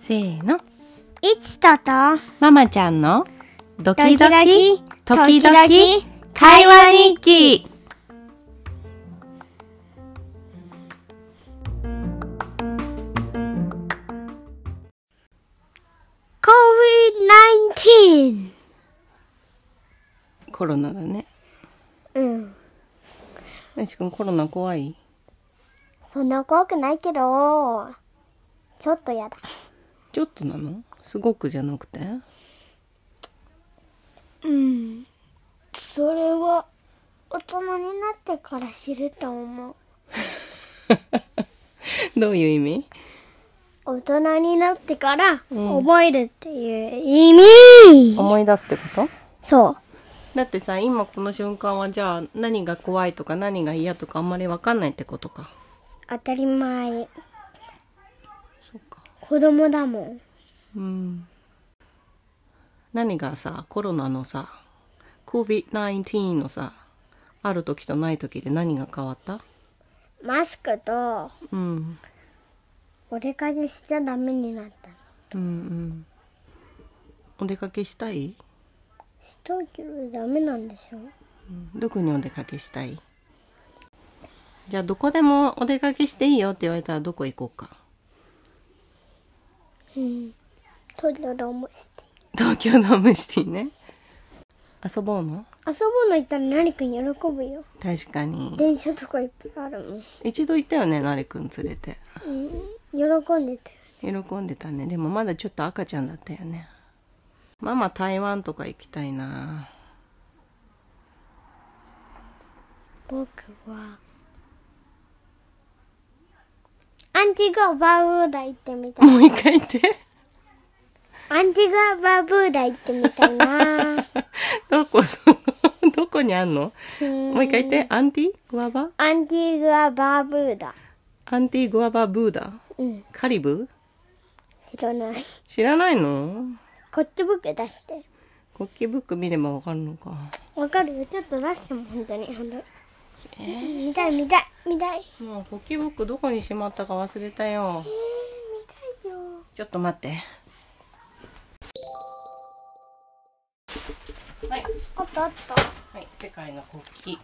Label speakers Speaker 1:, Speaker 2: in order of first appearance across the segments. Speaker 1: せーの。
Speaker 2: いちとと、
Speaker 1: ママちゃんのドキド
Speaker 2: ド
Speaker 1: キ、時
Speaker 2: キドキ
Speaker 1: 々、会話日記。
Speaker 2: COVID-19。
Speaker 1: コロナだね。
Speaker 2: うん。
Speaker 1: なしくんコロナ怖い
Speaker 2: そんな怖くないけど、ちょっとやだ。
Speaker 1: ちょっとなのすごくじゃなくて
Speaker 2: うん。それは、大人になってから知ると思う。
Speaker 1: どういう意味
Speaker 2: 大人になってから、覚えるっていう意味、
Speaker 1: 思い出すってこと
Speaker 2: そう。
Speaker 1: だってさ、今この瞬間はじゃあ何が怖いとか何が嫌とかあんまりわかんないってことか。
Speaker 2: 当たり前。
Speaker 1: そうか。
Speaker 2: 子供だもん。
Speaker 1: うん。何がさ、コロナのさ、COVID-19 のさ、ある時とない時で何が変わった
Speaker 2: マスクと、
Speaker 1: うん。
Speaker 2: お出かけしちゃダメになったの。
Speaker 1: うんうん。お出かけしたい
Speaker 2: 東京ダメなんでしょ
Speaker 1: どこにお出かけしたいじゃあどこでもお出かけしていいよって言われたらどこ行こうか
Speaker 2: うん。東京ドームして。
Speaker 1: 東京ドームシティね遊ぼうの
Speaker 2: 遊ぼうの行ったらなりくん喜ぶよ。
Speaker 1: 確かに
Speaker 2: 電車とかいっぱいあるもん。
Speaker 1: 一度行ったよねなりくん連れて
Speaker 2: うん。喜んでたよ。
Speaker 1: 喜んでたねでもまだちょっと赤ちゃんだったよねママ台湾とか行きたいな
Speaker 2: 僕は、アンティガ・バーブーダ行ってみたい。
Speaker 1: もう一回 言って
Speaker 2: アンティガ・バーブーダ行ってみたいな
Speaker 1: どこそこどこにあんの
Speaker 2: うん
Speaker 1: もう一回言ってアンティグアバ
Speaker 2: アンティガ・バーブーダ。
Speaker 1: アンティグアバブーダ
Speaker 2: うん。
Speaker 1: カリブ
Speaker 2: 知らない。
Speaker 1: 知らないの
Speaker 2: こっちボケ出して。
Speaker 1: 国旗ブック見ればわかるのか
Speaker 2: わかるよ。ちょっと出しても本当に。本当に。見たい見たい見たい。
Speaker 1: もう国旗ブックどこにしまったか忘れたよ
Speaker 2: えー、見たいよ。
Speaker 1: ちょっと待ってはい
Speaker 2: おっとおっと。
Speaker 1: はい世界の国旗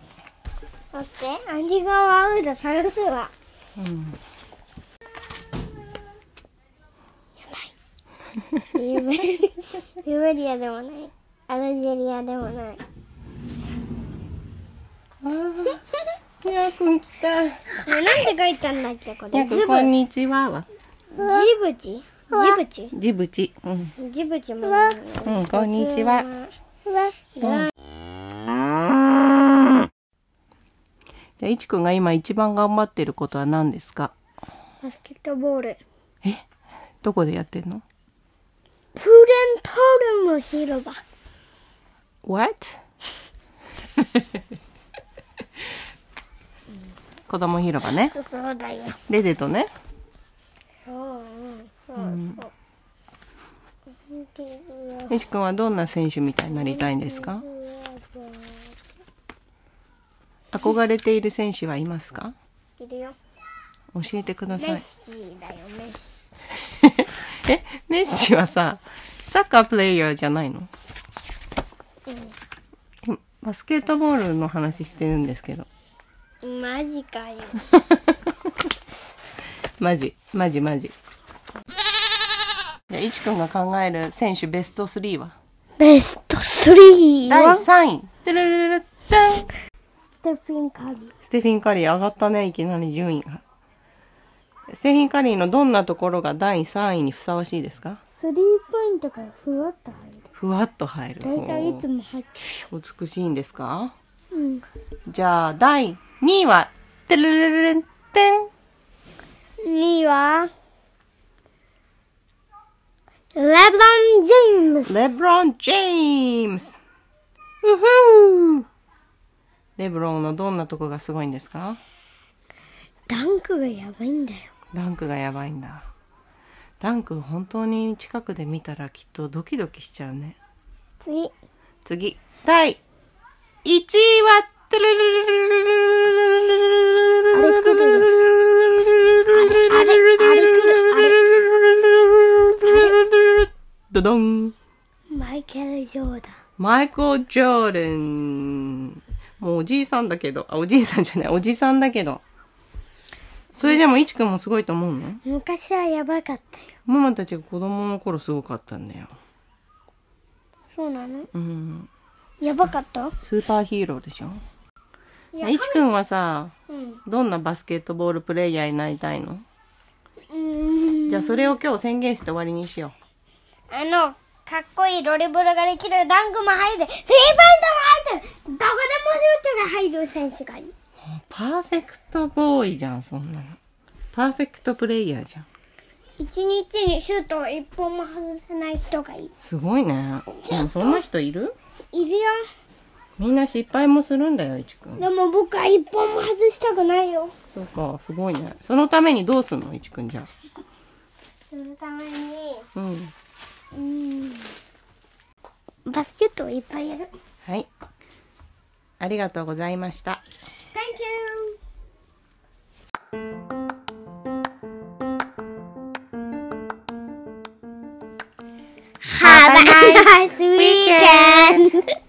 Speaker 2: 待って、アンディガワウーダ探すわ。
Speaker 1: うん
Speaker 2: ユベユベリアでもない。アルジェリアでもない。
Speaker 1: にゃーくん来たに
Speaker 2: あなんて書いたんだっけこ
Speaker 1: ゃ
Speaker 2: れ。
Speaker 1: ー
Speaker 2: ジ
Speaker 1: くん
Speaker 2: ブ
Speaker 1: こんにちはは
Speaker 2: ジブチジブチ
Speaker 1: ジブチうん
Speaker 2: ジブチもいるよね。
Speaker 1: うんこんにちは
Speaker 2: うん
Speaker 1: じゃあいちくんが今一番頑張ってることは何ですか
Speaker 2: バスケットボール。
Speaker 1: どこでやってんの
Speaker 2: プレントルム広場。
Speaker 1: What 子供広場ね
Speaker 2: そうだよ。
Speaker 1: デデとね
Speaker 2: そう、そう、そう。アンディガワ
Speaker 1: いちくんはどんな選手みたいになりたいんですか
Speaker 2: ウー
Speaker 1: 憧れている選手はいますか
Speaker 2: ダいるよ。
Speaker 1: 教えてくだ
Speaker 2: メ
Speaker 1: さ
Speaker 2: ッ
Speaker 1: い
Speaker 2: シーだよ、メッシ
Speaker 1: えメッシはさサッカープレイヤーじゃないの今バスケットボールの話してるんですけど
Speaker 2: ー。マジかよ。
Speaker 1: マジマジマジじゃあいちくんが考える選手ベスト3は
Speaker 2: ベスト3
Speaker 1: 第
Speaker 2: は
Speaker 1: 3位てるるるるったん
Speaker 2: ステフィン・カリー。
Speaker 1: ステフィン・カリー上がったねいきなり順位がステフィン・カリーのどんなところが第3位にふさわしいですか
Speaker 2: スリーポイントがふわっと入る。
Speaker 1: ふわっと入る
Speaker 2: 大体いつも入って
Speaker 1: 美しいんですか
Speaker 2: る。うん。
Speaker 1: じゃあ、第2位は、てるるるるんてん。
Speaker 2: 2位は、レブロン・ジェームス。
Speaker 1: レブロン・ジェームス。うふう。レブロンのどんなとこがすごいんですか
Speaker 2: ダンクがやばいんだよ。
Speaker 1: ダンクがやばいんだ。ダンク本当に近くで見たらきっとドキドキしちゃうね。
Speaker 2: 次。
Speaker 1: 次、第1位は、あれ
Speaker 2: れ来るあれあれ
Speaker 1: ドドン。
Speaker 2: マイケル・ジョーダン。
Speaker 1: マイクル・ジョーダン。もうおじいさんだけど、あ、おじいさんじゃない、おじさんだけど。それでも、いちくんもすごいと思うの
Speaker 2: 昔はやばかったよ。
Speaker 1: ママたちが子供の頃すごかったんだよ。
Speaker 2: そうなの
Speaker 1: うん。
Speaker 2: やばかった
Speaker 1: スーパーヒーローでしょ
Speaker 2: い
Speaker 1: いちくんはさ、
Speaker 2: うん。
Speaker 1: どんなバスケットボールプレイヤーになりたいの
Speaker 2: うん。
Speaker 1: じゃあそれを今日宣言して終わりにしよ
Speaker 2: あの、かっこいいロリブロができるダンクも入る、スリーポイントも入ってる、どこでもシュートが入る選手がいい。
Speaker 1: う。パーフェクトボーイじゃん、そんなの。パーフェクトプレイヤーじゃん。
Speaker 2: 一日にシュートを一本も外せない人がいい。
Speaker 1: すごいね。でもそんな人いる
Speaker 2: いるよ。
Speaker 1: みんな失敗もするんだよ、いちくん。
Speaker 2: でも僕は一本も外したくないよ。
Speaker 1: そうか、すごいね。そのためにどうすんの、いちくんじゃ
Speaker 2: そのために、
Speaker 1: あ。うん。
Speaker 2: うん。バスケットをいっぱいやる。
Speaker 1: はい。ありがとうございました。
Speaker 2: Thank you! Have a nice weekend!